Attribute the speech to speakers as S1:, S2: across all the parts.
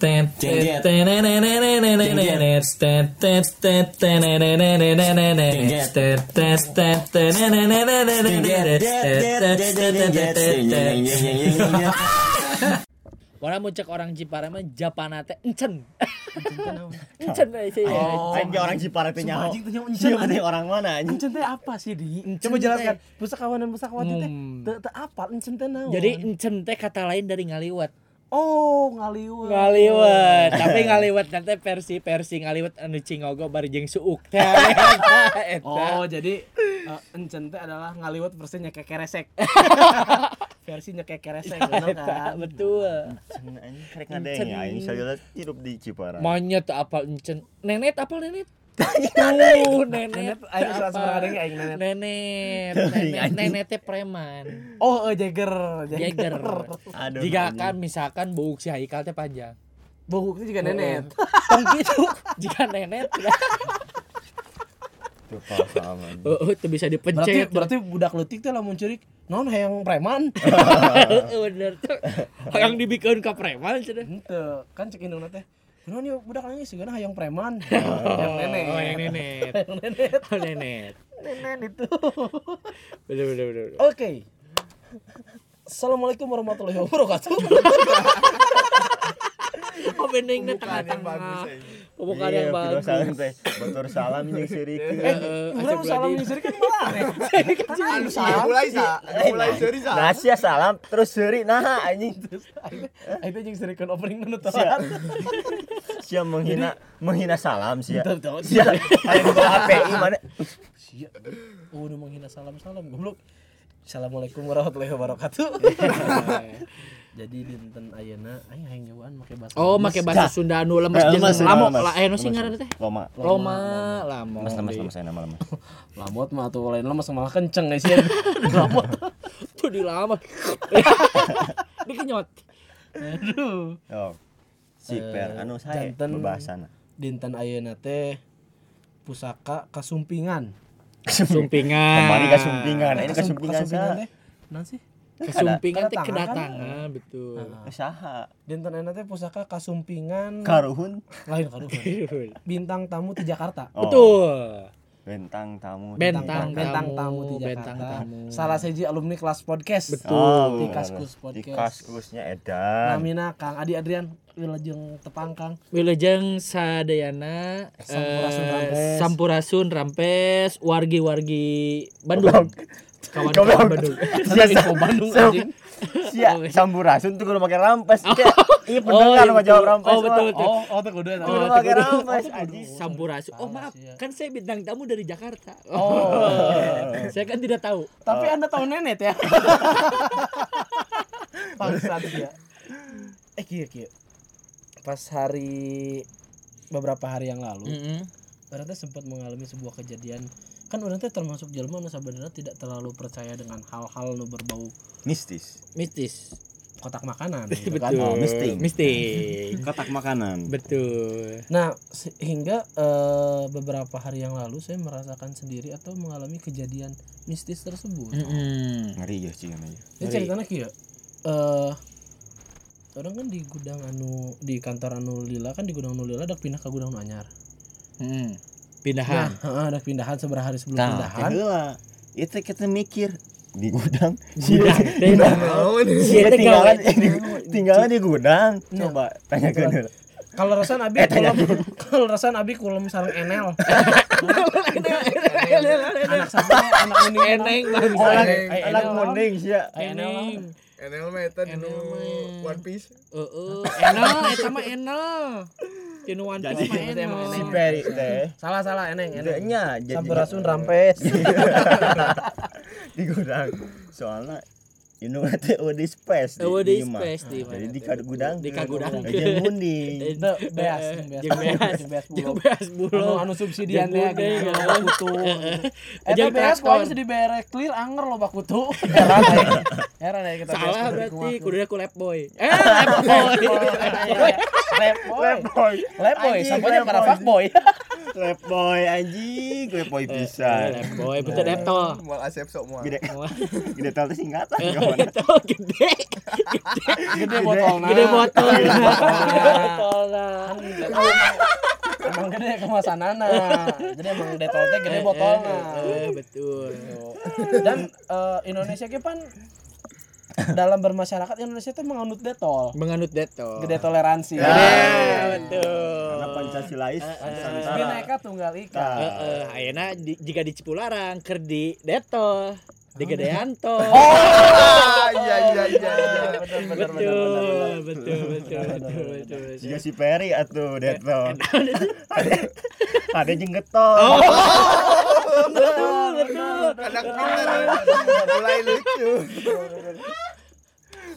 S1: Jengjet.
S2: Orang mau cek orang Jipara mah Japana teh encen. Encen teh sih.
S3: Oh.
S1: Anjing orang Jipara teh nyaho.
S3: Anjing teh nyaho,
S1: Iya,
S3: anjing.
S1: mana orang mana anjing?
S3: Encen teh apa sih di?
S2: Encen
S3: Coba
S2: teh.
S3: jelaskan. Pusakawan dan pusakawati teh
S2: Hmm.
S3: teu teu apa encen teh naon?
S2: Jadi encen teh kata lain dari ngaliwat.
S3: oh ngaliwat.
S2: Ngaliwat, tapi ngaliwat nanti versi versi ngaliwat anu cingogo bari jeung suuk teh. Nah.
S3: Oh, jadi eh, encen teh adalah ngaliwat versinya kekeresek. versinya kekeresek benar kan?
S2: Iya, betul.
S1: Anjing karek ngadeng ya anjing saya lihat hidup di Jipara.
S2: Monyet apa encen? Nenet apa nenet? Tuh, nenet.
S3: Nenet, aing salah seorang ada yang aing nenet.
S2: Nenet,
S1: Anjing,
S2: nenet,
S1: anjing.
S2: nenet teh preman.
S3: Oh, eh, Jagger,
S2: Jagger.
S1: Aduh.
S2: Jika
S1: anjing.
S2: kan misalkan bau si Haikal teh panjang.
S3: Bungkuknya juga nenet.
S2: Tong gitu. Jika ya. nenet
S1: Tuh, paham, anjing.
S2: Oh, oh, tuh bisa
S3: Berarti
S2: dipencet.
S3: berarti budak leutik teh lamun curik non hayang preman.
S2: bener tuh. Oh, Yang dibikin ke preman cenah.
S3: Henteu, kan cek indungna teh. Non yuk budak nangis juga hayang preman. yang nenek.
S2: Oh, yang nenet. Oh, nenet.
S3: Nenet itu.
S2: Bener bener bener. bener.
S3: Oke. Assalamualaikum warahmatullahi wabarakatuh.
S2: Oh, benengnya tengah-tengah. Pembukaan yang
S1: Iya,
S2: bagus.
S1: Pido salam teh. Batur salam jeung si Riki.
S3: Udah salam nyusir kan malah. Aduh
S4: Ya,
S3: salam.
S4: mulai sa, mulai seri sa.
S1: Nah, sia salam terus seuri nah anjing.
S3: Itu yang sering kan opening dulu tuh.
S1: Sia. Sia menghina menghina salam sia.
S3: Betul, betul.
S1: Sia. Aing bawa HPI mana?
S3: Sia. Oh, udah menghina salam-salam goblok. Assalamualaikum warahmatullahi wabarakatuh. Jadi dinten ayeuna aya hayang jauhan make bahasa.
S2: Oh, make bahasa Sunda anu lemes jeung lamo. Lah eh nu sih ngaran teh?
S1: Lama.
S2: Roma, lamo.
S1: Lemas lemas lemas enak lemas.
S3: Lamot mah atuh lain lemes malah kenceng guys ya. Lamot.
S2: Tuh di lama. Dikenyot.
S3: Aduh.
S1: Oh. Si per anu saya
S3: janten.
S1: bahasana.
S3: Dinten ayeuna teh pusaka kasumpingan.
S2: Sumpingan.
S1: Kemarin kasumpingan, ini
S3: Kasum-
S1: kasumpingan sa.
S3: Nah,
S2: ya?
S3: teh. Nah sih.
S2: Kasumpingan teh
S3: Kedatangan kan?
S2: kedatangan, Ah. betul.
S1: Usaha.
S3: Dinten ayeuna teh pusaka kasumpingan.
S1: Karuhun.
S3: lain karuhun. Bintang tamu di Jakarta.
S1: Oh,
S2: Betul.
S1: Bentang tamu.
S2: Bentang.
S3: Bentang tamu di Jakarta.
S2: Bentang tamu.
S3: Salah seji alumni kelas podcast.
S2: Betul.
S1: Oh,
S3: Di Kaskus
S1: Di
S3: Podcast.
S1: kaskusnya Edan.
S3: Namina Kang Adi Adrian Wilajeng Tepang Kang.
S2: Oh. Wilujeng Sadayana
S3: Sampurasun
S2: eh,
S3: Rampes.
S2: Sampurasun Rampes wargi-wargi Bandung.
S1: Goblok.
S2: Kawan-kawan Bandung.
S1: Sia sa-
S3: Info Bandung
S1: sa-
S3: anjing.
S1: Sia, sampurasun tuh kudu make rampes. Sia, Iya
S2: Oh,
S1: bener kan
S2: iya,
S1: sama jawab
S2: betul.
S1: rampes.
S2: Oh, betul,
S1: Wak.
S2: betul.
S3: Oh, oh teh kudu eta.
S1: Kudu
S3: Oh,
S1: make
S3: teh kudu.
S1: rampes anjing.
S2: Sampurasun. Oh maaf,
S1: ya.
S2: kan saya bintang tamu dari Jakarta. Oh,
S3: Oh.
S2: saya kan tidak tahu.
S3: Tapi Anda tahu nenet ya. Bangsat ya. Eh, kieu kieu. Pas hari beberapa hari yang
S2: Hmm.
S3: lalu, orang teh sempat mengalami sebuah kejadian kan orang teh termasuk jelma anu sebenarnya tidak terlalu percaya dengan hal-hal nu berbau
S1: Mistis.
S2: Mistis.
S3: kotak makanan gitu kan.
S2: Betul.
S1: Oh, misting.
S2: Misting.
S1: Kotak makanan.
S2: Betul.
S3: Nah, sehingga eh, beberapa hari yang lalu saya merasakan sendiri atau mengalami kejadian mistis tersebut.
S2: Mm-mm.
S1: Ngeri ya sih namanya.
S3: Ini ceritanya kieu. Eh orang kan di gudang anu di kantor anu lila kan di gudang anu lila ada pindah ke gudang anu anyar.
S2: Mm-mm.
S3: Nah,
S2: Pindahan.
S3: heeh, ada pindahan seberapa hari sebelum
S1: Nah,
S3: pindahan.
S1: keheula. Itu kita mikir di gudang.
S2: Gudang.
S1: Di gudang.
S2: Sia
S1: Dia
S2: teh
S1: tinggalan
S2: gawe.
S1: di, tinggalan di gudang.
S2: Iya.
S1: Coba tanya ke dulu.
S3: Kalau rasan abi kulem, kalau rasan abi kulem sareng enel. anak sama anak unik
S2: Eneng bang.
S1: Oh, anak,
S4: Eneng.
S2: iya.
S1: anak munding sih.
S2: Eneng.
S4: Enel mah eta dinu
S2: Enel mah.
S4: One Piece.
S2: Heeh, enel eta mah enel. Tinu One Piece mah enel.
S3: Iya.
S1: Si Peri teh.
S3: Salah salah eneng eneng.
S1: Nya jadi
S3: Sampurasun rampes.
S1: di gudang. Soalnya Inu teh udah space
S2: Eueuh di space di
S1: Jadi
S2: mana
S1: di
S2: teh,
S1: ka gudang.
S2: Di ka gudang.
S1: Aja munding.
S3: Itu beas,
S2: Jeung beas.
S3: beas, beas
S2: Jeung
S3: bulog.
S2: beas
S3: Anu
S2: bulog.
S3: anu subsidian
S2: Jeung
S3: teh gini,
S2: budeg,
S3: anu bakutu. Eta
S2: Jeung
S3: beas
S2: traktor.
S3: poe geus dibere clear anger lo bakutu. Heran ya. Heran ya kita.
S2: Salah berarti kuduna ku lab boy. Eh, lab boy.
S3: Lep boy.
S1: Lep boy.
S3: Lep boy,
S1: Anjing,
S3: sampanya
S1: lep
S3: para
S1: boy.
S3: fuck boy.
S1: Lab boy anjing, gue boy
S2: Eh,
S1: pisan.
S2: Boy, betul Apple.
S4: Mual asep sok mual.
S1: Gede gede tol itu singkatan gimana?
S2: Itu gede.
S3: Gede botolnya.
S2: Gede botol. Gede botol.
S3: nah. Emang gede kemasanana. Jadi emang detolnya gede botolnya.
S2: Eh, betul.
S3: Dan eh, Indonesia ge pan dalam bermasyarakat Indonesia tuh menganut detol.
S2: Menganut detol.
S3: Gede toleransi.
S2: Eh, betul.
S1: Karena Pancasilais
S3: Tapi
S1: Nusantara.
S3: mereka tunggal
S2: Ya.
S3: ika.
S1: Nah,
S2: Heeh, eh, ayeuna di, jika di Cipularang keur di Detol, di Gedean tol.
S4: Ah, iya iya iya iya.
S3: Bener, bener, bener,
S2: betul, betul, betul, betul, betul, betul.
S1: Jika si Ferry atuh deto. Ada ada jenggetol.
S2: Betul, betul.
S4: Kadang pinter. Mulai lucu.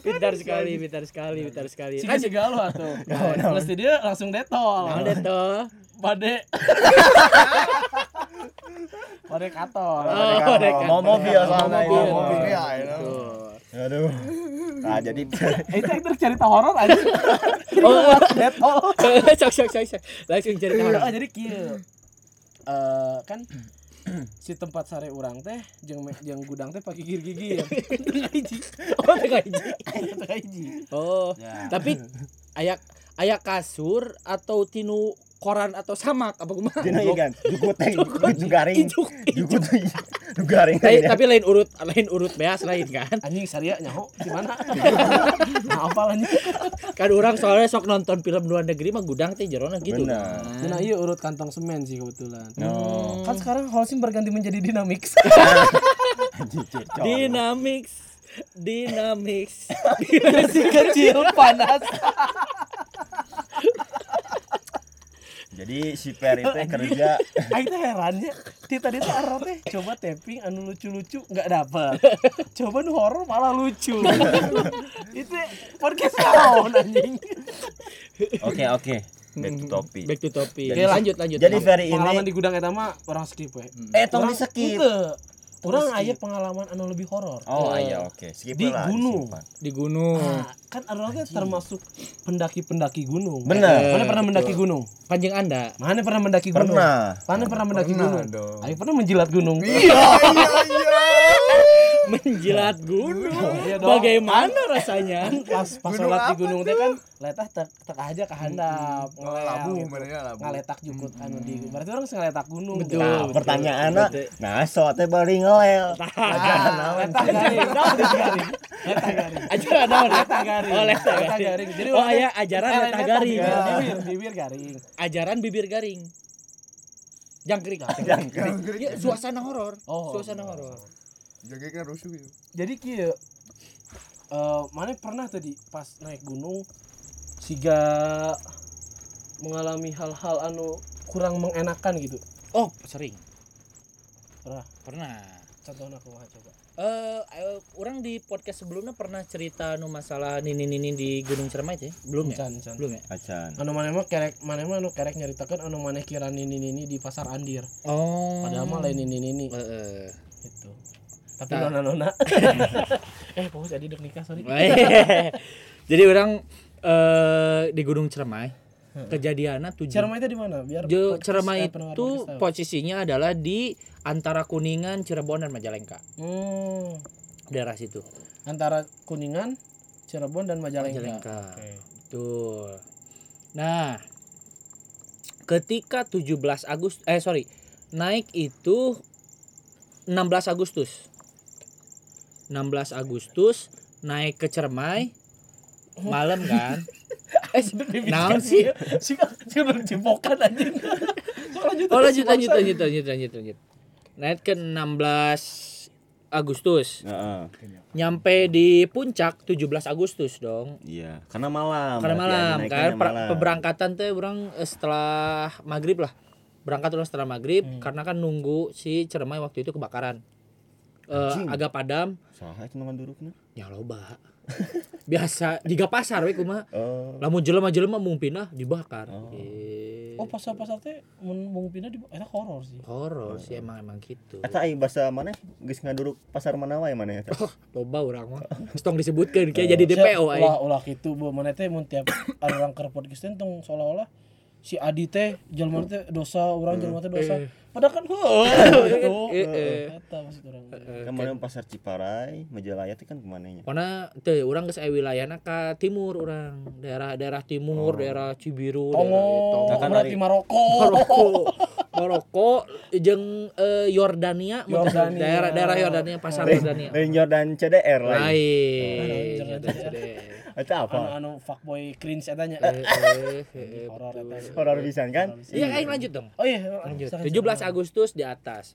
S2: Pintar sekali, pintar sekali, pintar sekali. Kan
S3: Sika
S2: Lanjut.
S3: juga lu atuh.
S2: Ya,
S3: Mesti dia langsung
S2: Nah,
S3: detol.
S2: Detol.
S3: Pade. Pade katol.
S2: Oh, dekat.
S1: Mau mobil,
S2: Mau
S1: mau
S2: mobil.
S1: mobil.
S4: Iya, iya.
S2: Betul.
S1: Aduh. Nah, jadi
S3: Eh, itu itu cerita horor aja.
S2: Oh, iya.
S3: Detol.
S2: sok sok sok sok. Langsung cerita
S3: Ah,
S2: orang.
S3: jadi kieu. Eh kan si tempat sare urang teh jeung me- jeung gudang teh pakai gigi-gigi ya.
S2: Oh, tengah hiji.
S3: Eta hiji.
S2: Oh,
S1: Ya.
S2: tapi ayak ayak kasur atau tinu koran atau samak apa kumaha?
S1: Dina ieu kan, juku teh, juku nu garing.
S2: Ijuk,
S1: Juku tuh nu garing.
S2: tapi, tapi lain urut lain urut beas lain kan
S3: Anjing sarea nyaho di mana? Nah, apal anjing.
S2: kan orang soalnya sok nonton film luar negeri mah gudang teh jerona gitu
S1: Bener.
S3: Dina ieu Nah, iya, urut kantong semen sih kebetulan.
S1: No.
S3: Kan sekarang Holcim berganti menjadi Dynamics.
S1: Anjing, cecok.
S2: dynamics dynamics
S3: si kecil panas.
S1: Jadi si Ferry teh kerja
S3: Aing teh Ah, herannya, ti tadi teh Arro teh coba tapping anu lucu-lucu nggak dapet. Coba nu horor malah lucu. Itu podcast naon anjing.
S1: Oke oke. Back to topic.
S2: back to topic
S3: Jadi-
S2: lanjut lanjut
S1: Jadi Ferry
S3: Eh, Pengalaman
S1: ini
S3: di gudang eta mah orang skip we.
S1: eh tong
S3: Orang-
S1: di skip.
S3: Henteu. Orang aya pengalaman anu lebih horor.
S1: Oh iya oke. Skip
S3: Di
S1: lah,
S3: gunung.
S1: disimpan.
S2: di gunung
S3: Nah, kan Arro teh termasuk pendaki-pendaki gunung.
S1: Bener.
S3: Mana pernah mendaki gunung?
S2: panjang anda
S3: Mana pernah mendaki gunung?
S1: Pernah.
S3: Mana pernah mendaki
S4: Pernah
S3: gunung?
S4: dong.
S3: Aing pernah menjilat gunung.
S4: Iya iya iya.
S2: menjilat gunung
S3: Iya dong.
S2: bagaimana rasanya
S3: kan? pas pas
S4: Gunung
S3: sholat di
S4: apa Oh,
S3: gunung teh kan letah tek tek aja ke handap
S4: Labu mereka labu.
S3: ngaletak jukut anu di berarti orang sing ngaletak gunung Ya,
S2: Betul.
S1: Nah,
S2: betul,
S1: pertanyaannya,
S2: betul.
S1: nah so teh bari ngelel.
S3: Ah, letah garing letah garing letah garing
S2: ajaran naon
S3: letah garing
S2: oh letah
S3: Letah
S2: garing
S3: garing jadi Iya.
S2: oh
S3: orang
S2: aya ajaran
S3: teh-
S2: letah garing
S3: Di bibir di bibir garing
S2: ajaran bibir garing jangkrik
S4: Jangkrik.
S2: Ya, suasana horor
S3: Oh.
S2: suasana horor
S4: Jangkrik kan rusuh ya.
S3: jadi kieu eh mana pernah tadi pas naik gunung siga mengalami hal-hal anu kurang mengenakan gitu
S2: oh sering
S3: pernah
S2: pernah
S3: contohnya aku mau coba
S2: Eh, eh, orang di podcast sebelumnya pernah cerita nu masalah nini nini di Gunung Cermai ya? Belum ya?
S3: Can, can.
S2: Belum ya?
S1: Acan.
S3: anu mana mah kerek mana mah anu kerek nyaritakan anu mana kira nini nini di pasar andir
S2: Oh.
S3: padahal mah lain nini nini
S2: Heeh.
S3: gitu tapi
S2: Nah.
S3: nona nona eh fokus jadi dek nikah sorry
S2: Jadi orang eh, di Gunung Cermai kejadiannya tujuh.
S3: Cermai itu di mana biar
S2: Jo-
S3: podcast- eh,
S2: Cermai
S3: pendengar
S2: itu
S3: podcast tahu.
S2: posisinya adalah di antara Kuningan, Cirebon dan Majalengka
S3: hmm,
S2: daerah situ.
S3: antara kuningan Cirebon dan Majalengka,
S2: Majalengka.
S3: Oke.
S2: Betul. Nah, ketika 17 Agustus eh sorry, naik itu 16 Agustus. 16 Agustus naik ke Cermai malam kan? eh, naon
S3: kan
S2: sih?
S3: sih sih udah cipokan anjing Kok lanjut
S2: Oh, lanjut lanjut lanjut lanjut lanjut lanjut. Naik ke 16 Agustus.
S1: Heeh.
S2: Nyampe di puncak 17 Agustus dong.
S1: Iya, karena malam.
S2: karena
S1: berarti
S2: malam
S1: ada
S2: kan
S1: naikannya
S2: per-
S1: malam.
S2: peberangkatan teh orang eh, setelah maghrib lah berangkat orang setelah maghrib
S1: Hmm.
S2: karena kan nunggu si cermai waktu itu kebakaran Eh,
S1: Anjing.
S2: agak padam
S1: Saha kan itu nongan durukna?
S2: ya loba biasa jika pasar we kumaha
S1: Oh.
S2: lamun jelema-jelema mung pindah dibakar
S1: Oh.
S2: Eh,
S3: oh pasal pasal teh mun bung pindah di itu horor sih
S2: horor
S1: Oh.
S2: sih emang emang gitu
S1: Eta ai bahasa mana? Geus ngaduruk pasar ya mana wae mana eta.
S2: loba orang mah stong disebutkan
S1: Oh.
S2: kayak jadi DPO
S3: Sia,
S2: aing
S3: ulah ulah gitu bu mana teh mun tiap orang kerpot geus teh tong seolah-olah si Adi teh jelma teh dosa orang jelma teh dosa
S2: Eh.
S3: padahal kan heuh gitu
S1: Oh.
S2: Eh, eh.
S3: eta maksud orang
S1: Kemarin pasar Ciparai, Majalaya itu kan kemananya?
S2: Karena teh orang geus aya wilayahna ka timur orang, daerah-daerah
S1: Oh.
S2: timur, daerah Cibiru,
S3: Tongo
S2: daerah
S1: Kan
S3: berarti
S1: dari-
S3: Maroko Anu,
S2: itu. Maroko. Maroko jeung eh, Yordania, mah tah.
S3: Yordania.
S2: daerah-daerah Yordania, pasar Yordania.
S1: Lain Eh, Jordan CDR lain.
S2: Lain.
S3: Jordan.
S2: Jordan, Jordan.
S1: Itu ya.
S3: anu
S1: apa?
S3: anu fuckboy cringe etanya
S2: Eh, eh, eh,
S3: horor
S2: betul.
S3: eta
S1: Horor pisan kan?
S2: Iya, aing lanjut dong.
S3: oh iya
S2: Lanjut.
S3: silakan,
S2: 17
S3: silakan.
S2: Agustus di atas.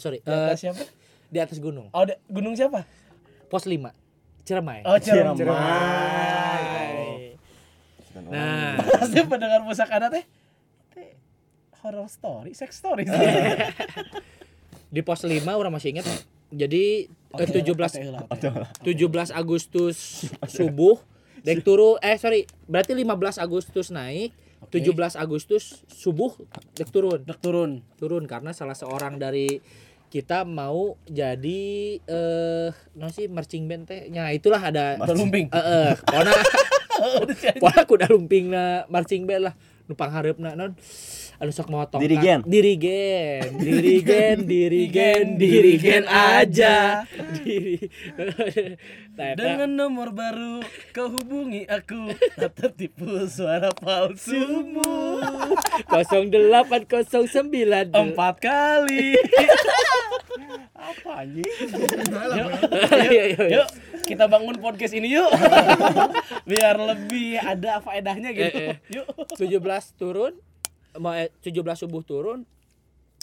S2: Sorry,
S3: Di atas
S2: eh,
S3: siapa
S2: di atas gunung.
S3: oh di- gunung siapa
S2: Pos 5. Ciremai.
S3: oh Ciremai
S1: Ciremai.
S2: Nah,
S3: pasti pendengar pusakana teh teh horror story sex story sih
S2: Eh. di pos 5 orang masih ingat. Jadi eh, 17 17 Agustus subuh dek turu eh sorry berarti 15 Agustus naik 17 Agustus subuh dek turun
S3: dek turun
S2: turun karena salah seorang dari kita mau jadi eh non sih marching band teh ya itulah ada
S3: berlumping
S2: eh eh pokona pokona kuda lumping na marching band lah numpang hareup na non anu sok mau tongkat
S1: Dirigen.
S2: dirigen dirigen dirigen dirigen aja diri Nah, eta-
S3: Dengan nomor baru kau hubungi aku Tak tertipu suara palsumu
S2: 0809
S3: Empat kali
S1: Apa anjing?
S2: Iya, iya, iya.
S3: Yuk kita bangun podcast ini yuk Biar lebih ada faedahnya gitu
S2: Eh, eh.
S3: Yuk
S2: 17 turun mau eh, 17 subuh turun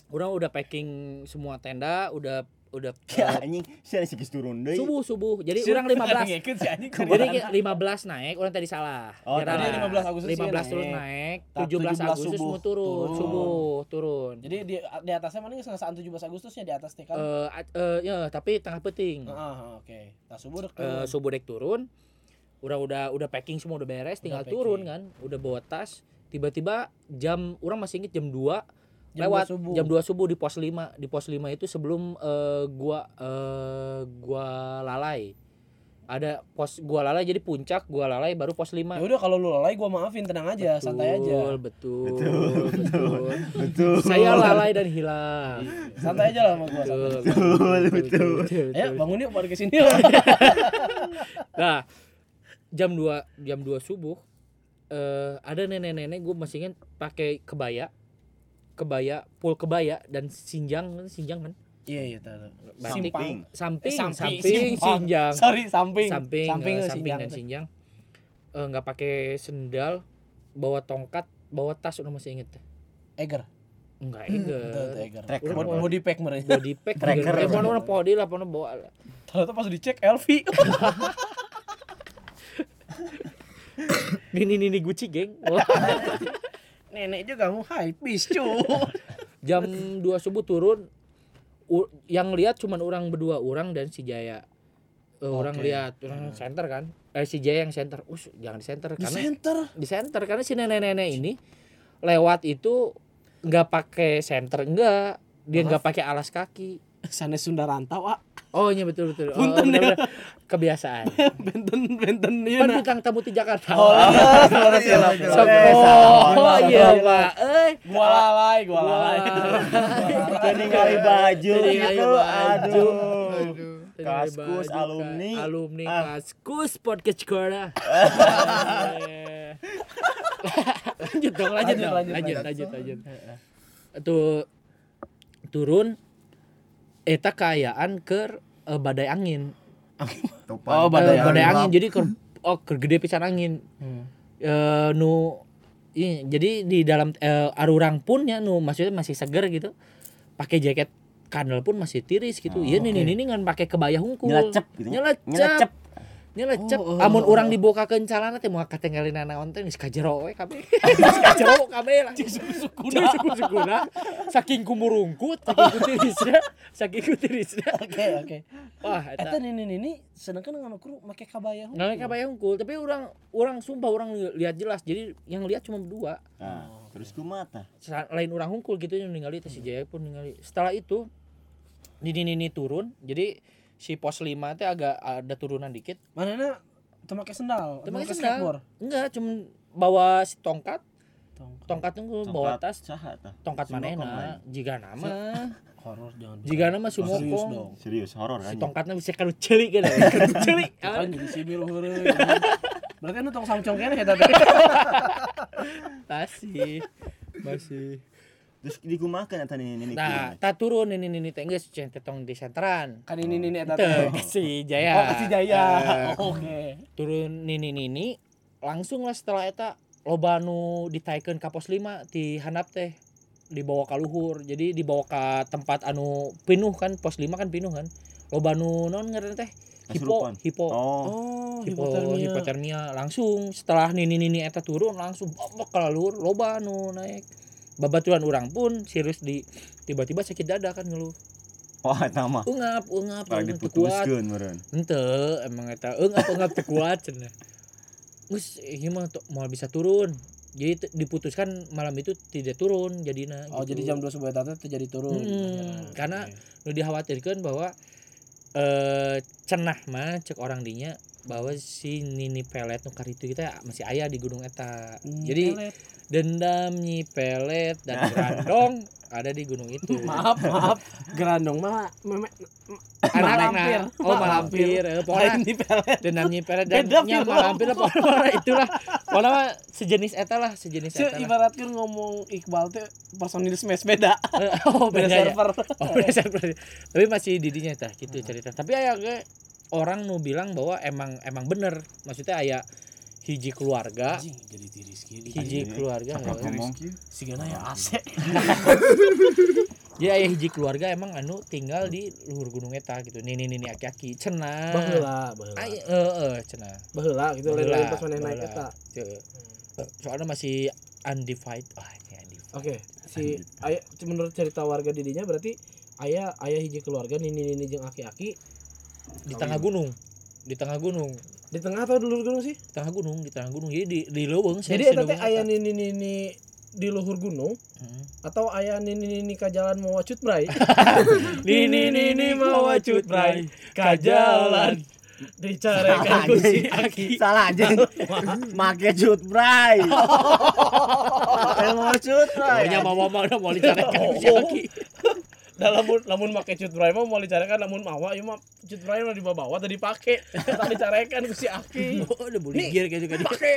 S2: orang udah packing semua tenda udah udah
S1: Ya anjing, saya sih turun deui.
S2: subuh subuh jadi
S3: Si
S2: orang 15
S3: Ngikut si anjing
S2: jadi kayak 15 naik orang tadi salah
S1: Oh,
S2: Kira
S1: tadi
S2: lah.
S3: 15 Agustus
S2: 15
S3: sih
S2: turun
S3: naik.
S2: naik
S3: Tak,
S2: 17
S3: 17
S2: Agustus
S3: subuh.
S2: mau turun
S3: Turun.
S2: subuh turun
S3: Jadi kan di, di atasnya mana ngesaan 17 Agustusnya di atas
S2: eh
S3: teh kan
S2: at- eh, ya tapi tengah peting
S3: Ah, ah, oke tak subuh dek
S2: Eh,
S3: turun.
S2: subuh dek turun udah udah udah packing semua udah beres tinggal
S3: packing.
S2: turun kan udah bawa tas tiba-tiba jam orang masih inget jam 2
S3: Jam
S2: lewat
S3: 2 subuh.
S2: jam 2 subuh di pos 5 di pos 5 itu sebelum eh, gua eh, gua lalai ada pos gua lalai jadi puncak gua lalai baru pos 5
S3: Ya udah kalau lu lalai gua maafin tenang aja santai aja
S2: betul betul, betul.
S1: Betul.
S2: saya lalai dan hilang
S3: santai aja lah sama gua santai.
S2: betul
S1: betul, betul.
S3: Ayo bangun yuk podcast ini yuk.
S2: Nah, jam 2 jam 2 subuh eh ada nenek-nenek gue masih ingat pakai kebaya kebaya full kebaya dan sinjang kan sinjang kan
S3: Iya iya tahu.
S1: Samping.
S2: samping
S3: Eh, samping,
S2: samping,
S3: simpang.
S2: sinjang
S3: Sorry samping.
S2: samping
S3: samping,
S2: eh,
S3: eh,
S2: samping
S3: sinjang.
S2: dan sinjang Eh, nggak pakai sendal bawa tongkat bawa tas udah masih inget
S3: Eger.
S2: enggak enggak
S3: Tuh tuh Eger.
S1: Tracker.
S3: Body, body pack mereka.
S2: body pack
S1: Tracker.
S2: eh pokoknya mana podi lah pokoknya bawa lah.
S3: Ternyata pas dicek LV.
S2: nih nih nih, nih guci geng
S3: Nenek juga mau high pitch cu.
S2: jam 2 subuh turun u- yang lihat cuman orang berdua orang dan si Jaya Eh, orang
S3: Oke. Hmm.
S2: lihat orang center kan eh si Jaya yang center us jangan di center
S3: Di
S2: karena
S3: center.
S2: di center karena si nenek-nenek ini lewat itu nggak pakai center enggak dia nggak pakai alas kaki
S3: Sana Sunda Rantau ah.
S2: oh iya betul betul oh,
S3: Punten
S2: benar-benar. kebiasaan
S3: Benten benten
S2: kan
S3: iya, ieu na.
S2: bintang tamu di Jakarta
S3: nah. Oh,
S4: Sorry, ya,
S3: iya.
S4: Bang.
S2: Sok-
S1: Sorry,
S2: oh,
S3: sorry.
S2: iya pak eh
S3: Gua lalai, gua
S2: Gua
S3: lalai.
S1: Jadi kali baju
S2: Jadi kali
S1: gitu,
S2: baju.
S1: aduh.
S4: Aduh.
S1: Kaskus,
S2: Baju, Kak.
S1: alumni.
S2: alumni
S1: Ah.
S2: kaskus podcast Korea lanjut dong lanjut
S3: Lanjut,
S2: dong
S3: lanjut,
S2: lanjut lanjut lanjut, tuh turun eta kaayaan ke eh, badai angin
S3: Oh,
S4: Topan.
S2: Eh,
S3: Badai angin. Hmm.
S2: badai angin jadi ke oh ke gede pisan angin Eh, nu i- jadi di dalam eh, arurang pun ya nu maksudnya masih seger gitu pakai jaket kandel pun masih tiris
S3: Oh,
S2: gitu iya ini ini ngan pakai kebaya hungkul
S1: Nyelecep gitu.
S2: nyelecep nyelecep
S1: Nyelecep.
S3: ya? Oh, oh,
S2: amun
S3: oh,
S2: urang dibukakeun calana teh moal katinggalin naon teh geus kajero we kabeh geus kajero kabeh lah
S3: Sukuna.
S2: Sukuna saking kumurungkut saking kutirisnya saking kutirisnya
S3: Oke, oke.
S2: wah eta
S3: Eta nini nini sedangkan nganu kru make kabaya. hungkul.
S2: Nah, kabaya hungkul, tapi orang orang sumpah orang li- lihat jelas. Jadi yang lihat cuma berdua.
S1: Nah, terus kumata.
S2: Sa- Lain orang hungkul gitu yang ningali
S3: Hmm.
S2: teh si Jaya pun ningali. Setelah itu Nini Nini turun. Jadi si pos 5 teh agak ada turunan dikit.
S3: Manehna teu make sendal,
S2: Teu
S3: teu
S2: make
S3: make
S2: sendal.
S3: skateboard.
S2: Enggak, cuma bawa si tongkat, tongkat tunggu bawa tas
S1: saha tah?
S2: tongkat
S1: Sumokong lain.
S2: manena jika nama
S3: horor jangan
S2: jika nama
S3: Oh, Serius dong.
S2: sumokong
S1: Serius horor
S2: si
S1: kan.
S2: tongkatnya bisa kalau celik kan Kalau celik
S3: kan
S2: ah,
S3: jadi sibir heureun. Berarti anu tong sangcong kene eta teh.
S2: masih masih
S1: Terus digumakeun eta nenek
S2: nah tak turun ini ini teh geus cenah teh tong di senteran
S3: Kan ini ini eta
S2: teh
S3: teh.
S2: ke si jaya
S3: Oh, kasih jaya.
S2: Gitu. Eh,
S3: Oke.
S2: turun nini nini langsung lah setelah eta loba nu ditaikeun ka pos 5 di handap teh dibawa ka luhur jadi dibawa ka tempat anu pinuh kan pos 5 kan pinuh kan loba nu non ngaran teh hipo
S1: Kasurupan.
S2: hipo
S1: Oh,
S3: Oh,
S2: hipo hipotermia langsung setelah nini nini eta turun langsung bobok ka luhur loba nu naik babaturan orang pun serius di tiba-tiba sakit dada kan ngeluh
S1: wah eta mah.
S2: ungap ungap
S1: Parah
S2: ungap, teu kuat
S1: diputuskeun meureun.
S2: ente emang Eh, eta eung apa ngap teu kuat cenah geus ieu mah to- moal bisa turun jadi te- diputuskan malam itu tidak turun gitu. jadina
S3: Oh, jadi jam 2 subuh eta teh teu jadi turun.
S2: Hmm, karena-
S3: Oke.
S2: nu dikhawatirkan bahwa eh cenah mah cek orang dinya bahwa si nini pelet nu karitu kita masih ayah di gunung eta jadi
S3: Pelet.
S2: dendam nyi pelet dan randong ada di gunung itu
S3: maaf, maaf. Gerandong mah meme malampir.
S2: anak-anak oh malampir
S3: Malampir.
S2: eh, pokoknya
S3: Lain di pelet.
S2: dendam nyipere dan
S3: Beda
S2: nya
S3: film.
S2: malampir lah pokoknya itulah pokoknya mah sejenis eta lah sejenis
S3: Sih
S2: eta lah
S3: ibaratkeun ngomong Iqbal teh personil smash beda.
S2: Eh, oh
S3: Beda
S2: beda ya
S3: server.
S2: oh beda server tapi masih didinya tah gitu cerita tapi aya ge orang nu bilang bahwa emang emang bener maksudnya aya hiji keluarga
S3: Anjing, jadi tiris kieu.
S2: hiji
S1: Anjing.
S2: keluarga
S1: Apa ngomong?
S3: Sigana ya
S2: Oh.
S3: AC.
S2: ya aya hiji keluarga emang anu tinggal di luhur gunung eta gitu nini nini aki-aki cenah
S3: Baheula, baheula.
S2: Ay, eh, eh, cenah
S3: Baheula gitu
S2: Baheula,
S3: lain-lain pas mana naik
S2: baheula.
S3: eta.
S2: Teu. Eh, soalnya masih undefined ah ini undefined
S3: Oke, si ayah menurut cerita warga didinya berarti ayah ayah hiji keluarga nini nini jeung aki-aki
S2: di
S3: Oh, iya.
S2: tengah gunung di tengah gunung
S3: di tengah atau di luhur gunung sih?
S2: di tengah gunung di tengah gunung jadi di di leuweung
S3: Jadi eta teh aya nini nini di luhur gunung atau ayah nini nini ka jalan mau wacut bray.
S2: nini nini mau wacut bray ka jalan
S3: dicarekan ku si aki.
S1: Salah aja. Make cut bray. Emang cut bray.
S2: pokoknya mau mau udah mau dicarekan
S1: Oh.
S2: si aki
S3: Da Nah, lamun lamun make cut bray mah mau dicarekan lamun mawa ieu mah cut bray mah dibawa tadi pake. Tah dicarekan ku si aki.
S2: oh udah boleh gear kayak juga
S3: Pake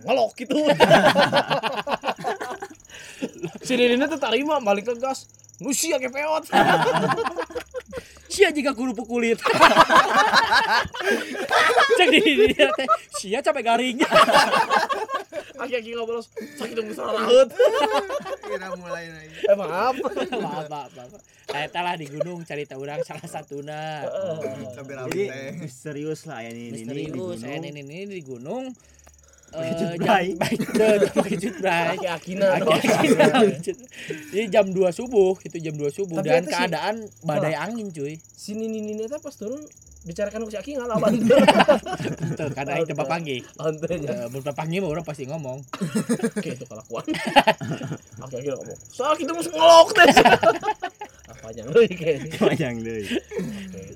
S3: ngelok gitu. si Nini tuh tarima balik ke gas. Nusia ke peot.
S2: sia jika guru pukulit cek di di teh sia capek garing
S3: Aki-aki ngobrol sakit dong besar laut.
S4: Kira mulai lagi.
S3: Eh maaf.
S2: maaf maaf maaf nah, eta lah di gunung cerita orang salah satuna
S3: Eh.
S1: Jadi
S4: Cabai rawit teh.
S1: misterius lah ya ini ini di gunung.
S2: misterius Eh, ini ini ini di gunung
S1: Pakai cut
S2: Eh, jam-
S1: bray.
S2: pakai cut bray
S3: Aki-akina.
S2: Jadi jam 2 subuh, itu jam 2 subuh
S3: Tapi
S2: dan
S3: itu sih-
S2: keadaan badai angin cuy.
S3: Si Nini Nini teh pas turun bicarakan ke si Aki ngalawan.
S2: Itu karena Gitu, kan aing teu papanggih.
S3: Antenya.
S2: Eh, mun papanggih mah orang pasti ngomong.
S3: Oke itu kelakuan. Aki-aki ngomong. Sakit dong ngelok teh. Apanya lu kayaknya.
S1: Panjang deh.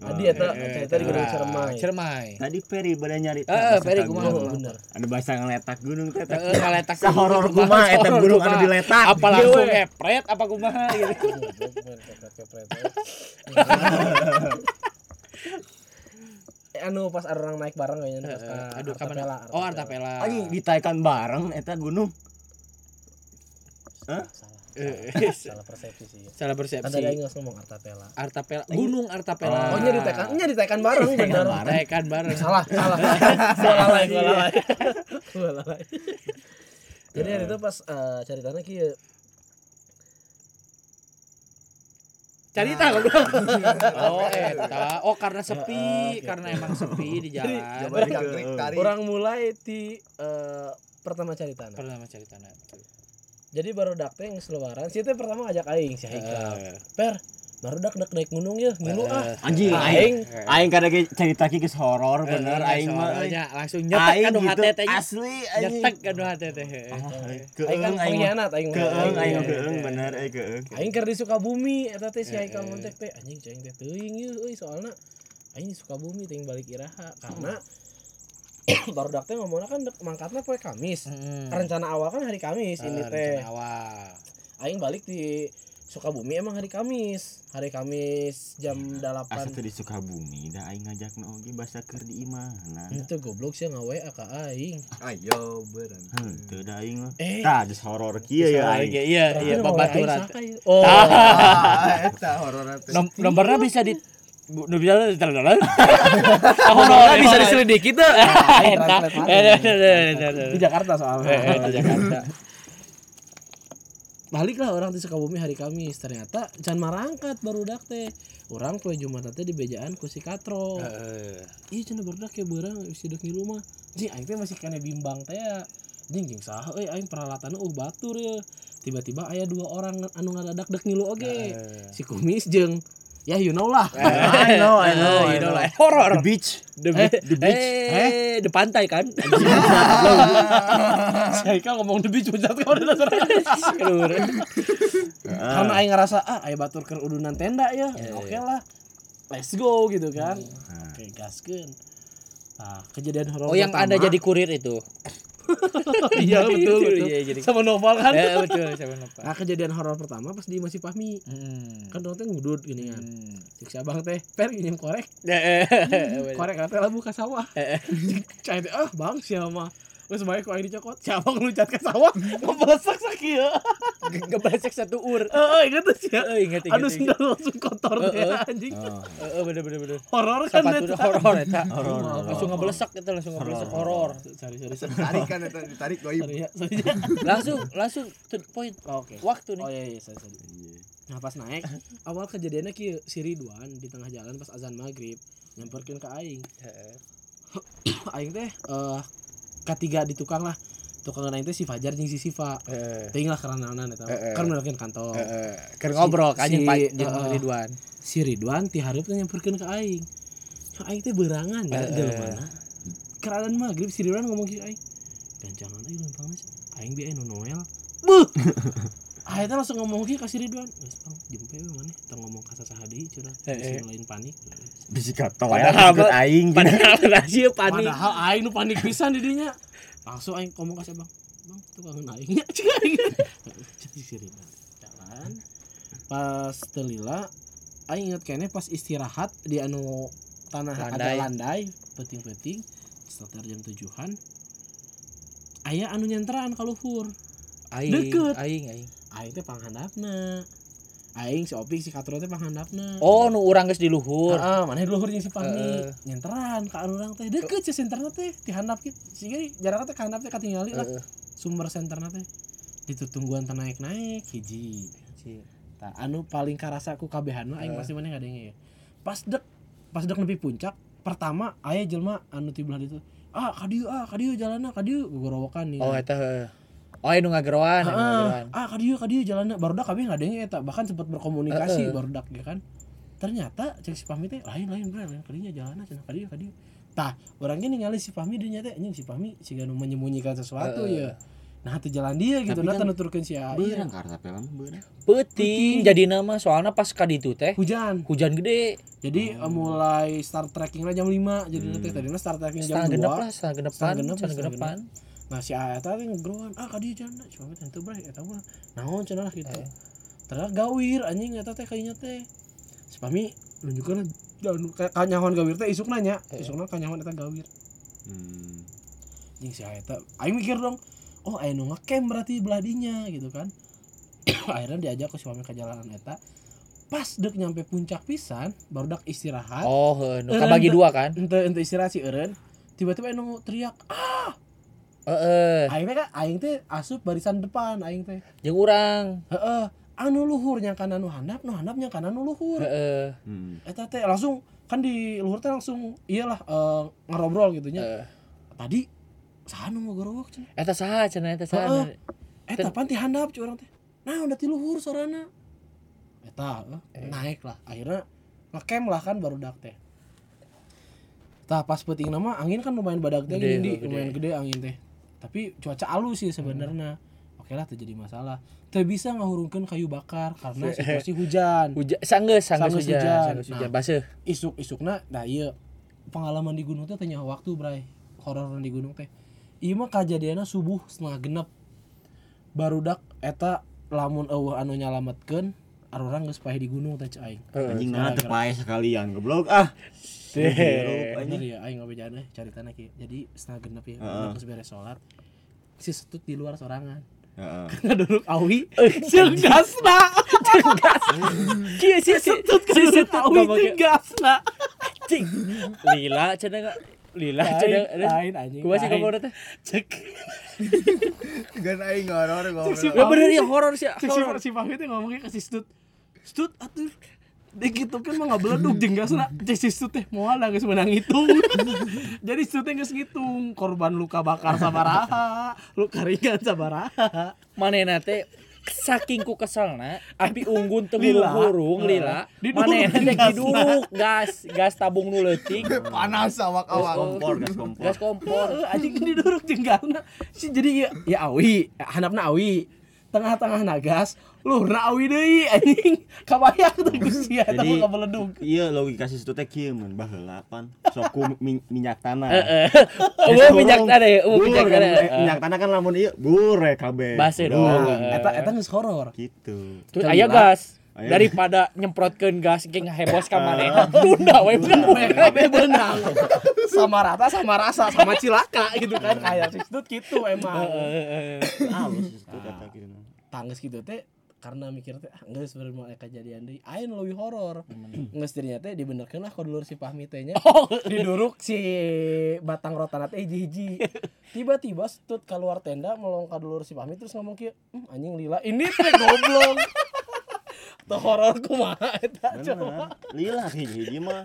S2: Nah,
S3: Tadi
S2: iya,
S3: eta cerita di Gunung Cermai.
S2: Eh, Cermai.
S1: Tadi Ferry badan nyari.
S2: Eh,
S1: bahasa
S2: Ferry
S1: ka
S2: kumaha?
S1: gunung.
S3: Bener.
S1: Ada bahasa ngeletak gunung teh. teh.
S2: Heeh, ngaletak
S1: Sahoror
S2: Eh, gunung,
S1: kumaha eta
S2: sahoror
S1: gunung
S2: kumaha.
S1: anu diletak.
S2: Apa langsung
S3: Iya,
S2: ngepret apa kumaha gitu.
S3: Eh, anu pas ada orang naik bareng kayaknya pas ka
S2: Eh, Aduh, ka mana?
S3: Artapela,
S2: Oh, Artapela.
S1: Anjing ditaikan bareng eta gunung.
S3: Salah,
S1: Hah?
S3: salah,
S2: Eh,
S3: salah, salah iya. persepsi sih
S2: Salah
S3: ada
S2: persepsi.
S3: yang nggak ngomong
S2: Oh,
S3: Artapela
S2: Artapela, gunung Artapela.
S3: oh nya ditekan nya ditekan bareng bener
S1: bareng.
S2: Tekan iya. bareng.
S3: salah salah salah lalai gua lalai gua lalai jadi hari itu pas eh, ceritanya kieu
S2: Carita kok gua. Oh, eta. Oh, karena sepi,
S3: gitu.
S2: karena emang sepi di jalan.
S4: Coba dikangkrik tarik.
S3: orang mulai di eh, pertama ceritanya
S2: Pernah mah caritana.
S3: jadi baru dak teh geus lebaran si teh pertama ajak aing si Haikal
S2: Eh,
S3: per baru dak dak naik gunung ya ngilu ah
S2: eh,
S1: Anjing aing.
S3: aing
S1: Aing kada ge cerita ki geus horor
S2: eh,
S1: bener
S2: eh,
S1: aing mah. euy.
S2: soalnya langsung nyetek
S1: Aing
S2: kan
S1: gitu
S2: HTT nya.
S1: asli anjing.
S2: Nyetek kan HTT.
S3: aing kan
S1: Nah, eh, Keeng aing mah.
S3: pengkhianat aing mah.
S1: Keeng aing mah
S2: Iya,
S1: keeng
S2: iya.
S1: bener eh keeng.
S3: Aing keur di Sukabumi eta teh si
S2: Eh,
S3: Haikal
S2: eh.
S3: kontak teh anjing cing teh teuing ieu euy soalna aing di Sukabumi teuing balik Iraha karena baru dakte ngomongnya kan dek- mangkatnya poe Kamis
S2: Mm-mm.
S3: rencana awal kan hari Kamis
S2: Eh,
S3: ini teh
S2: Hmm, rencana awal.
S3: aing balik di Sukabumi emang hari Kamis hari Kamis jam 8
S2: Ah,
S1: Asa teh di Sukabumi da aing ngajak na oge basa keur di imahna.
S3: itu goblok sih ngawe aka aing
S4: Ayo berantem.
S1: Henteu da aing mah.
S3: eh
S1: Tah geus horor kieu ya
S2: Salah
S1: aing.
S2: lagi, Iya, iya,
S3: terakhir ngawe
S2: babaturan.
S3: aing sakai. oh
S4: Ah, eta horor teh.
S2: Nom- nomornya bisa di Bu- nu bisa di- Nomornya bisa diselidiki tuh. Eta.
S3: di Jakarta soalnya
S2: Eta Jakarta.
S3: baliklah orang di Sukabumi hari Kamis ternyata can marangkat baru dakte orang kue Jumat teh di bejaan ku si Katro
S2: Heeh.
S3: iya cina berdak ya barang bisa dek di rumah jing aing teh masih kena bimbang teh ya. jing jing sah eh aing peralatan uh batur ya tiba-tiba aya dua orang anu ngadadak dek ngilu oge si kumis jeng ya you know lah
S1: I know, I know, I
S2: Eh, you know
S1: know.
S2: lah. Horor.
S1: The beach.
S2: The
S3: Eh,
S2: beach.
S1: the beach.
S2: Eh, the pantai kan.
S3: saya kan ngomong demi cujat kau udah dasar karena aing ngerasa ah aing batur ke udunan tenda ya
S2: Ya,
S3: oke
S2: ya.
S3: lah let's go gitu kan
S1: Hmm.
S3: oke gaskeun nah kejadian
S2: Iya.
S3: horor
S2: Oh, yang
S3: pertama.
S2: ada jadi kurir itu.
S3: iya betul betul
S2: Iya, jadi.
S3: sama novel kan
S2: Eh, betul, sama lupa.
S3: nah kejadian horor pertama pas di masih pahmi
S2: Hmm.
S3: kan dong teh ngudut gini kan
S2: Hmm.
S3: Cik si abang teh per nyium korek
S2: Eh, eh, eh,
S3: korek kata lah buka sawah
S2: Eh, eh.
S3: cai teh ah bang siapa Terus baik kok aing dicokot, si abang ngeluncat ke sawah, ngebelesek sakieu.
S2: eh. Gebasek satu ur.
S3: Heeh, inget tuh ya.
S2: Eh, ingat ingat.
S3: Aduh
S2: ingat.
S3: sendal langsung kotor
S2: Eh,
S3: teh
S2: eh.
S3: anjing.
S2: Eh, eh, bener bener bener.
S3: Horor kan
S2: Sepatu
S3: eta.
S2: horor eta.
S1: Horor, horor.
S2: Langsung ngebelesak itu langsung ngebelesak horor.
S3: Horor. Sorry, sorry, sorry.
S4: Tarik kan eta ditarik goib.
S3: Sorry ya, sorry ya.
S2: Langsung langsung to the point
S3: Oh, Oke.
S2: waktu nih.
S3: Oh iya iya, sorry, sorry.
S1: Iya.
S3: Nah pas naik, awal kejadiannya ki si Ridwan di tengah jalan pas azan maghrib nyamperkin ke aing. Aing teh eh ketiga di tukang lah. Tukang aing teh si Fajar jeung si Siva.
S2: Eh,
S3: Teuing lah karena eta.
S2: Eh, eh.
S3: Kan menerkin kantor.
S2: eh, keur ngobrol kan jeung
S3: si-
S2: Pak jeung
S3: eh, eh.
S2: Ridwan.
S3: si Ridwan ti hareup teh nyamperkeun ke aing. Ya, aing teh berangan ya
S2: Eh,
S3: jelema. Keadaan maghrib si Ridwan ngomong ke aing. Gancangan aing lempangna sih. Aing bae nu Noel. Beuh. Aing teh langsung ngomong ke ka si Ridwan. Geus pang jempe we maneh tong ngomong ka sasaha deui cura.
S2: Eh, eh.
S3: Si lain panik.
S1: Bisi kato ya
S2: Padahal
S1: ikut
S2: mah-
S1: aing.
S2: Padahal rahasia panik.
S3: Padahal aing nu panik pisan di dinya. Langsung aing ngomong ka si Bang. Bang, tukang aing nya Cing, aing. Cing, si Ridwan. Jalan. Pas telila aing inget kayaknya pas istirahat di anu tanah
S2: Landai.
S3: ada landai peting-peting sekitar jam tujuhan ayah anu nyantraan kalau hur
S2: Aing,
S3: Deket.
S2: aing, aing.
S3: aing teh panghandapna aing si opik si katro teh panghandapna
S2: Oh, nu urang geus di luhur.
S3: Heeh, mana dulu hurnya si Fahmi
S2: Heeh.
S3: nyantraan ka anu urang teh deket si senterna teh dihandap kitu sih jaraknya teh kahandap teh katingali lah
S2: Heeh.
S3: sumber senterna teh itu tungguan teh naik naik hiji
S2: Si-
S3: Tah, anu paling karasa ku kabehan mah aing
S2: Heeh.
S3: pasti mana ngadenge ya. Pas dek pas dek nepi puncak pertama aya jelma anu ti belah ditu. Ah, kadieu ah, kadieu jalanna kadieu gorowokan nih.
S2: Oh, eta heeh. Oh, anu ngageroan, anu
S3: Heeh.
S2: ngageroan.
S3: Ah, kadieu kadieu jalanna barudak kabeh ngadenge eta bahkan sempat berkomunikasi
S2: Heeh.
S3: barudak ya kan. Ternyata cek si Fahmi teh lain lain bre, lain kadieu jalanna cenah kadieu kadieu. Tah, orangnya ningali si Fahmi dinya teh anjing si Fahmi siga nu menyembunyikan sesuatu
S2: Heeh.
S3: ya. Nah, teu jalan dia gitu,
S1: Tapi
S3: nah
S1: kan-
S3: teu nuturkeun si Ai.
S1: Beurang karta film beurang.
S2: Peuting
S3: Peuting.
S2: jadi nama soalnya pas ka ditu teh
S3: Hujan.
S2: hujan gede.
S3: Jadi
S2: Oh.
S3: eh, mulai start trekking lah jam 5 jadi
S1: Hmm.
S3: nanti tadi mah start trekking jam
S2: Setengah genep
S3: 2.
S2: lah, setengah genepan,
S3: Setengah genep,
S2: setengah
S3: setengah
S2: genepan.
S3: Nah si Aeta teh ngegroan, ah kadieu jangan cuma teh teu bae eta mah. Naon cenah lah gitu.
S2: Eh.
S3: Ternyata gawir anjing eta teh kayaknya teh. Si Pami nunjukkeun dan kanyawan gawir teh isuk nanya,
S2: Eh.
S3: isukna kanyawan eta gawir.
S1: Hmm.
S3: Anjing si Aeta, aing mikir dong, oh aya nu ngecamp berarti beladinya gitu kan. Akhirnya diajak ke si Pami ke jalanan eta. Pas dek nyampe puncak pisan, baru dak istirahat.
S2: Oh, heeh, nu
S3: Eh,
S2: kabagi
S3: ente-
S2: dua kan?
S3: ente ente istirahat si Eren tiba-tiba eno teriak
S2: Heeh.
S3: aing teh kan aing teh asup barisan depan aing teh
S2: Jeung urang.
S3: heeh anu luhurnya kanan nu handap nu handapnya kanan nu luhur
S2: Heeh.
S1: Hmm.
S3: eta teh langsung kan di luhur teh langsung iyalah eh, ngarobrol gitu nya
S2: heeh.
S3: tadi saha nu ngogorowok cenah
S2: Eta saha cenah eta saha?
S3: Heeh. eta pan ti handap cuy orang teh nah udah ti luhur sorana eta eh,
S2: Eh.
S3: naik lah akhirnya ngekem lah kan baru dak teh tah pas peting nama angin kan lumayan badak teh
S2: Gede,
S3: gini, Di.
S2: gede.
S3: lumayan gede angin teh tapi cuaca halus sih sebenarnya oke lah teu jadi masalah teu bisa ngahurungkeun kayu bakar karena situasi hujan
S2: Hujan sanggeus, sanggeus
S3: Sanggeus
S2: hujan,
S3: hujan.
S2: sanggeus hujan
S3: Nah.
S2: baseuh.
S3: isuk isukna da ieu pengalaman di gunung teh tanya waktu bray horor di gunung teh ieu mah kajadianna subuh setengah genep barudak eta lamun eueuh anu nyalametkeun arurang geus paeh di gunung teh cai
S1: anjing nah teu pae sekalian goblok ah Hirup,
S3: Bener
S1: anjing.
S3: ya, aing ngabejaan eh cari tanah ki. Jadi setengah genep ya,
S1: Heeh.
S3: uh beres sholat. Si setut di luar sorangan.
S1: Heeh.
S3: Ngaduruk awi,
S2: Eh.
S3: jeung gasna.
S2: Cie cie cie. Si
S3: Setut kaduruk
S2: setut
S3: awi
S2: bawa
S3: jeung
S2: ke-
S3: gasna.
S2: Cing. Lila cenah enggak? Lila cenah.
S3: Lain, lain anjing.
S2: Gua sih
S3: lain.
S2: kamu teh.
S3: Cek.
S4: Gak aing horor ngobrol.
S3: Sip.
S2: Enggak bener ya horor sih.
S3: Cek si
S2: Horor.
S3: si Fahmi teh ngomongnya ke si setut. Setut atuh dikitu kan mah ngabeleduk jeung gasna. Cek si setut teh moal geus menang ngitung. Jadi si setut teh geus ngitung korban luka bakar sabaraha, luka ringan sabaraha.
S2: Manehna teh saking ku keselna api unggun teu
S3: Lila.
S2: hurung lila
S3: Diduruk
S2: manehna teh
S3: gasna.
S2: kiduruk gas gas tabung nu leutik
S4: Panas awak-awak.
S1: kompor gas kompor
S2: gas kompor
S3: Heeh, anjing diduruk jenggalna. Si jadi ya, ya awi, handapna awi. Tengah-tengah nagas, luhurna awi deui anjing. Kabayang teh Gusti eta
S1: Jadi-
S3: mah kabeledug.
S1: iya logika si situ teh kieu mun baheula pan sok ku mi- minyak tanah
S2: Eueuh minyak tanah ya, eueuh minyak tanah.
S1: minyak tanah kan lamun ieu bure kabeh
S2: Base dong.
S1: Beuh.
S2: Ah. Heeh.
S3: Eta eta geus horor.
S1: gitu
S2: Terus
S3: Kelila.
S2: aya gas.
S1: Aya.
S2: Daripada nyemprotkeun gas geng heboh ka manehna, Ah. tunda we
S3: Kabe benang. Sama rata sama rasa sama cilaka gitu kan kayak sistut gitu emang.
S1: halus si situ kata gitu
S3: Tangges gitu teh karena mikir teh ah, geus bener moal kejadian deui ayeuna leuwih horor. Geus dirinya teh dibenerkeun lah kodulur si Fahmi teh nya.
S2: Oh,
S3: diduruk si batang rotan teh hiji-hiji tiba-tiba stut keluar tenda melongkar dulur si pamit terus ngomong kieu "Hmm, anjing lila ini teh goblok tuh horor kumaha eta coba
S1: bener lila hiji-hiji mah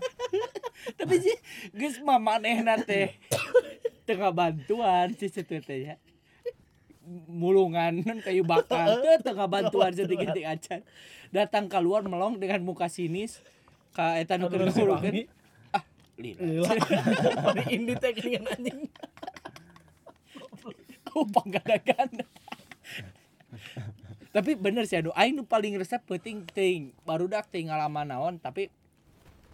S2: tapi sih geus mah manehna teh tengah bantuan si situ teh ya. Mulungan kayu bakar teh tengah bantuan sedikit acan. Datang keluar melong dengan muka sinis ka eta nu keur
S3: Kadulur si
S2: ngurukeun.
S3: Fahmi.
S2: Ah, lila.
S3: lila Pari ini teh geuningan anjing
S2: Upang ganda-ganda. tapi bener sih aduh aing nu paling resep penting ting barudak ting ngalaman naon tapi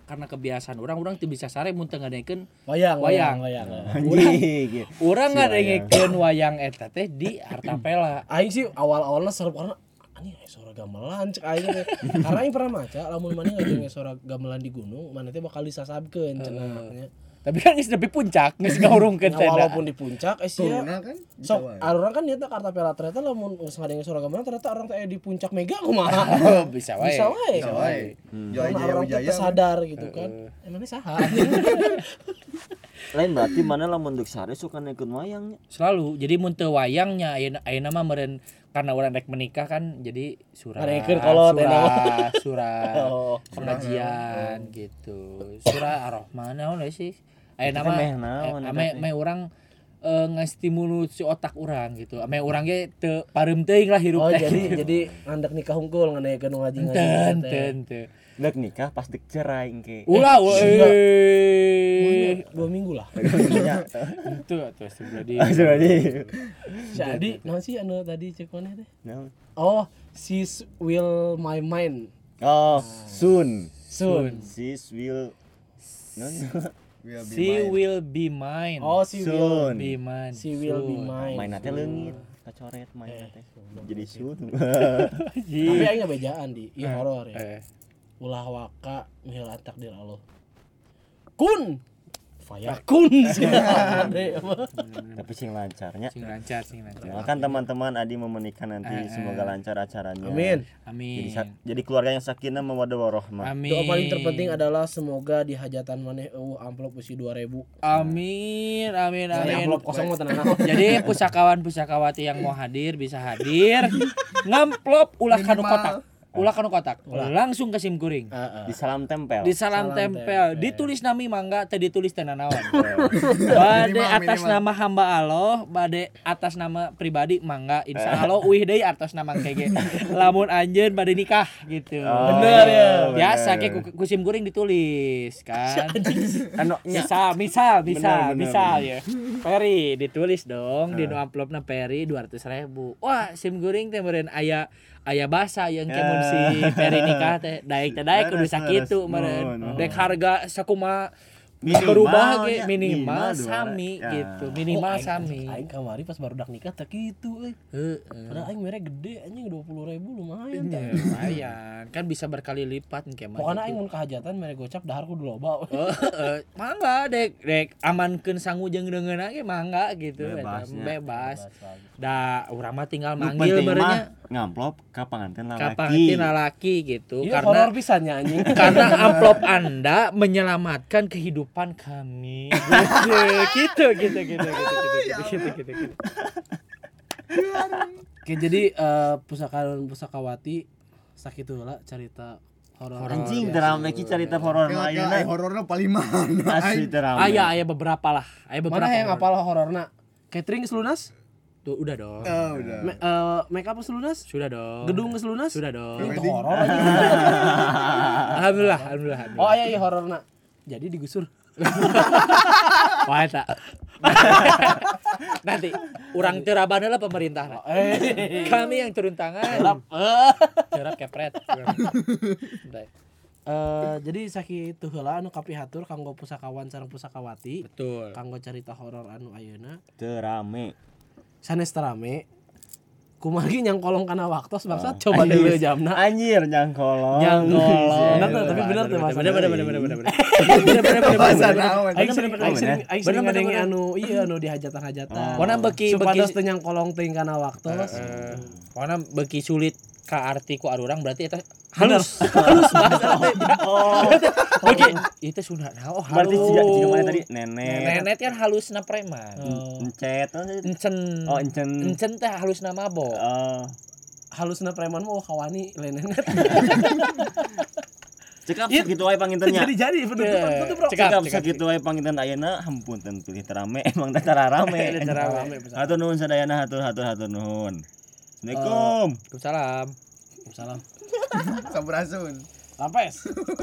S2: karena kebiasaan orang orang tuh bisa sare mun teu ngadengekeun
S3: wayang
S2: Wayang.
S3: wayang wayang
S1: anjing
S2: Orang
S1: Si
S2: ngadengekeun wayang eta teh di Artapela.
S3: aing sih awal-awalnya seru karena anjing aya suara gamelan cek aing teh. karena aing pernah maca lamun mana ngadengeun suara gamelan di gunung mana teh bakal disasabkeun cenah nya.
S2: Tapi kan geus nepi puncak, geus ngurung Ah. ke
S3: Nah,
S2: tenda.
S3: walaupun di puncak eh sia
S4: Turunnya kan? bisa
S3: Sok,
S4: wae.
S3: orang kan nyata karta pela ternyata lamun geus ngadenge suragam mana ternyata orang teh di puncak mega kumaha.
S2: Oh, bisa wae. Hmm.
S3: Bisa wae.
S4: Bisa wae. Jaya
S3: Karena
S4: jaya
S3: orang teh
S4: jaya.
S3: sadar
S2: Eh,
S3: gitu kan. Emangnya saha?
S1: lain berarti mana lamun deuk sare suka nekeun wayangnya
S2: Selalu. Jadi mun teu wayangnya ayeuna ayeuna mah meureun karena orang rek menikah kan jadi surah.
S3: Ngadengekeun kolot, enak.
S2: surah, surah
S3: Oh.
S2: pengajian gitu. Surah Ar-Rahman naon we sih?
S1: Kita
S2: Ayeuna mah
S1: meh naon eta
S2: eh, ame
S1: teh?
S2: me urang eh, ngestimulus si otak orang gitu. Ame urang ge teu parem teuing lah hirup
S3: Oh
S2: teh.
S3: jadi jadi ngandak nikah hungkul ngadenge ngaji
S2: Ten,
S3: ngaji.
S2: ten, ten.
S1: deuk nikah pas deuk cerai engke
S2: Ulah,
S3: Iya.
S2: weh.
S3: Dua minggu lah.
S1: Maksudnya,
S2: Itu atau sebelah di.
S1: jadi
S3: Jadi naon sih anu tadi cek mana teh?
S1: naon?
S3: Oh, sis will my mind
S1: oh soon
S3: soon.
S1: sis will non
S4: Will be
S2: She
S4: mine.
S2: will be mine.
S3: Oh, si will
S1: soon
S2: be mine.
S3: si will be
S2: soon.
S3: mine.
S1: mainnya teh leungit kacoret mainnya teh jadi soon
S3: Tapi
S2: Ji.
S3: aing ngabejaan di ieu horor ya.
S2: Eh,
S3: ulah waka mihil takdir Allah kun fayakun siapa Ade?
S1: tapi sing lancarnya
S2: sing lancar, sing lancar.
S1: Doakan Ya, kan teman-teman Adi mau menikah nanti semoga lancar acaranya.
S3: amin
S1: Jadi,
S2: Amin.
S1: sa- jadi keluarga yang sakinah mawaddah warahmah.
S2: Amin.
S3: doa paling terpenting adalah semoga di hajatan maneh eueuh amplop usi 2000
S2: Amin, amin,
S3: Nah,
S2: amin.
S3: amplop kosong mah tenang
S2: Jadi pusakawan-pusakawati yang mau hadir bisa hadir. Ngamplop ulah kanu kotak. Ulah kanu kotak. Langsung ke sim kuring.
S3: Heeh.
S1: Di salam tempel.
S2: Di salam
S3: Salam
S2: tempel, ditulis nami mangga teh ditulis teh nanaon. Bade
S4: Minimal,
S2: atas
S4: minimal.
S2: nama hamba Allah, bade atas nama pribadi mangga
S1: Eh.
S2: insya Allah uih deui atas nama kege. Lamun anjeun bade nikah gitu.
S1: Oh,
S3: Bener ya.
S2: Biasa
S1: bener.
S2: ke ku- kusim kuring ditulis kan.
S1: Anu nya.
S2: Misal, misal,
S1: bener, Eh.
S2: misal, misal ya. Peri ditulis dong di nu amplopna Peri 200 ribu. Wah, sim kuring teh meureun aya aya basa yang kemun si
S1: Eh.
S2: Peri nikah teh. Daek teh daek kudu
S1: Beres, beres.
S2: sakitu meureun.
S1: Nuhun, nuhun.
S2: Dek harga sakuma
S1: Minimal
S2: berubah
S1: nya,
S2: ge minimal
S1: dua
S2: sami
S1: ya.
S2: gitu minimal sami
S3: Oh, Aing kamari pas baru dak nikah tak gitu euy.
S2: Heeh.
S3: Padahal aing mere gede anjing 20 ribu lumayan
S2: Ya,
S3: tah.
S2: lumayan kan bisa berkali lipat nih kayak
S3: Pokoknya aing
S2: gitu. Oh,
S3: mun kahajatan mere gocap dahar ku loba. we.
S2: Heeh, mangga dek dek amankeun sangu jeung deungeun ge mangga gitu
S1: Bebas
S2: eta,
S1: nya.
S2: bebas
S3: Bebas.
S2: da urang mah tinggal
S1: Nu penting
S2: manggil
S1: mah
S2: barenya
S1: ngamplop ka panganten lalaki.
S2: kapantin lalaki gitu
S3: Iya
S2: karena
S3: horor pisannya anjing.
S2: karena amplop Anda menyelamatkan kehidupan kami. gitu gitu gitu gitu gitu gitu gitu gitu. gitu.
S3: Oke, jadi eh, pusakawan pusakawati sakit lah cerita horor.
S2: Horor.
S1: Anjing drama ki cerita horor
S4: Kayak-
S1: lain.
S4: kayak aing horornya paling mana
S1: Asli
S4: aing.
S1: drama.
S2: Ah ya, ya beberapa lah. Aya beberapa.
S3: Mana yang
S2: horor.
S3: apal hororna? Catering selunas?
S2: Tuh, udah dong.
S4: Ah, udah
S3: Me- eh, make up selunas?
S2: Sudah dong.
S3: Gedung Iya. selunas?
S2: sudah dong.
S3: Itu
S4: Wedding.
S3: horor anjing.
S2: Alhamdulillah, alhamdulillah.
S3: Oh
S2: alhamdulillah.
S3: iya iya hororna. Jadi digusur.
S2: Wah, eta. Nanti urang teu rabaneula pemerintah. na.
S3: Eh,
S2: Kami yang turun tangan.
S3: gelap. Eh.
S2: Cerap kepret. Baik.
S3: Eh, jadi sakitu heula anu kapihatur kanggo pusakawan sareng pusakawati,
S2: Betul.
S3: kanggo cerita horor anu ayeuna.
S1: Terame.
S3: Sanes terame. Kumaha ge nyangkolong kana waktu
S2: Ah.
S3: bangsat coba deui jamna.
S1: Anjir nyangkolong.
S2: Jangan
S3: Bener tuh, tapi bener tuh, Mas.
S2: Bener bener bener bener bener. Bener bener bener
S4: Bahasa
S2: bener.
S4: naon.
S3: Aing sering
S1: bener,
S3: aing
S1: bener.
S3: sering aing sering
S2: Bener, bener,
S3: ngadenge
S2: bener.
S3: anu iya anu di hajatan-hajatan.
S1: Oh.
S2: Pona beki
S3: Supados
S2: beki
S3: teu nyangkolong teuing kana waktos.
S2: Eh, pokoknya beki sulit ka arti ku arurang berarti eta halus. Halus banget.
S1: Oh.
S2: Oke, itu sudah nah oh halus.
S1: Berarti jika jika mana tadi nenek.
S2: Nenet kan halusna preman.
S1: Encet. apa sih?
S2: Encen.
S1: Oh, encen.
S2: Encen teh halusna mabok.
S1: Oh.
S3: Halusna preman mah kawani lenenet.
S1: Cekap segitu aja pangintennya.
S3: Jadi jadi
S2: Iya.
S3: penutupan tuh bro.
S2: Cekap,
S1: Cekap
S2: cekap.
S1: segitu aja panginten ayeuna hampun ten pilih terame emang dah tara rame.
S2: Tara rame.
S1: Hatur nuhun sadayana hatur hatur hatur nuhun. Assalamualaikum.
S2: Waalaikumsalam.
S3: Salam.
S4: Sampurasun.
S3: Lampes.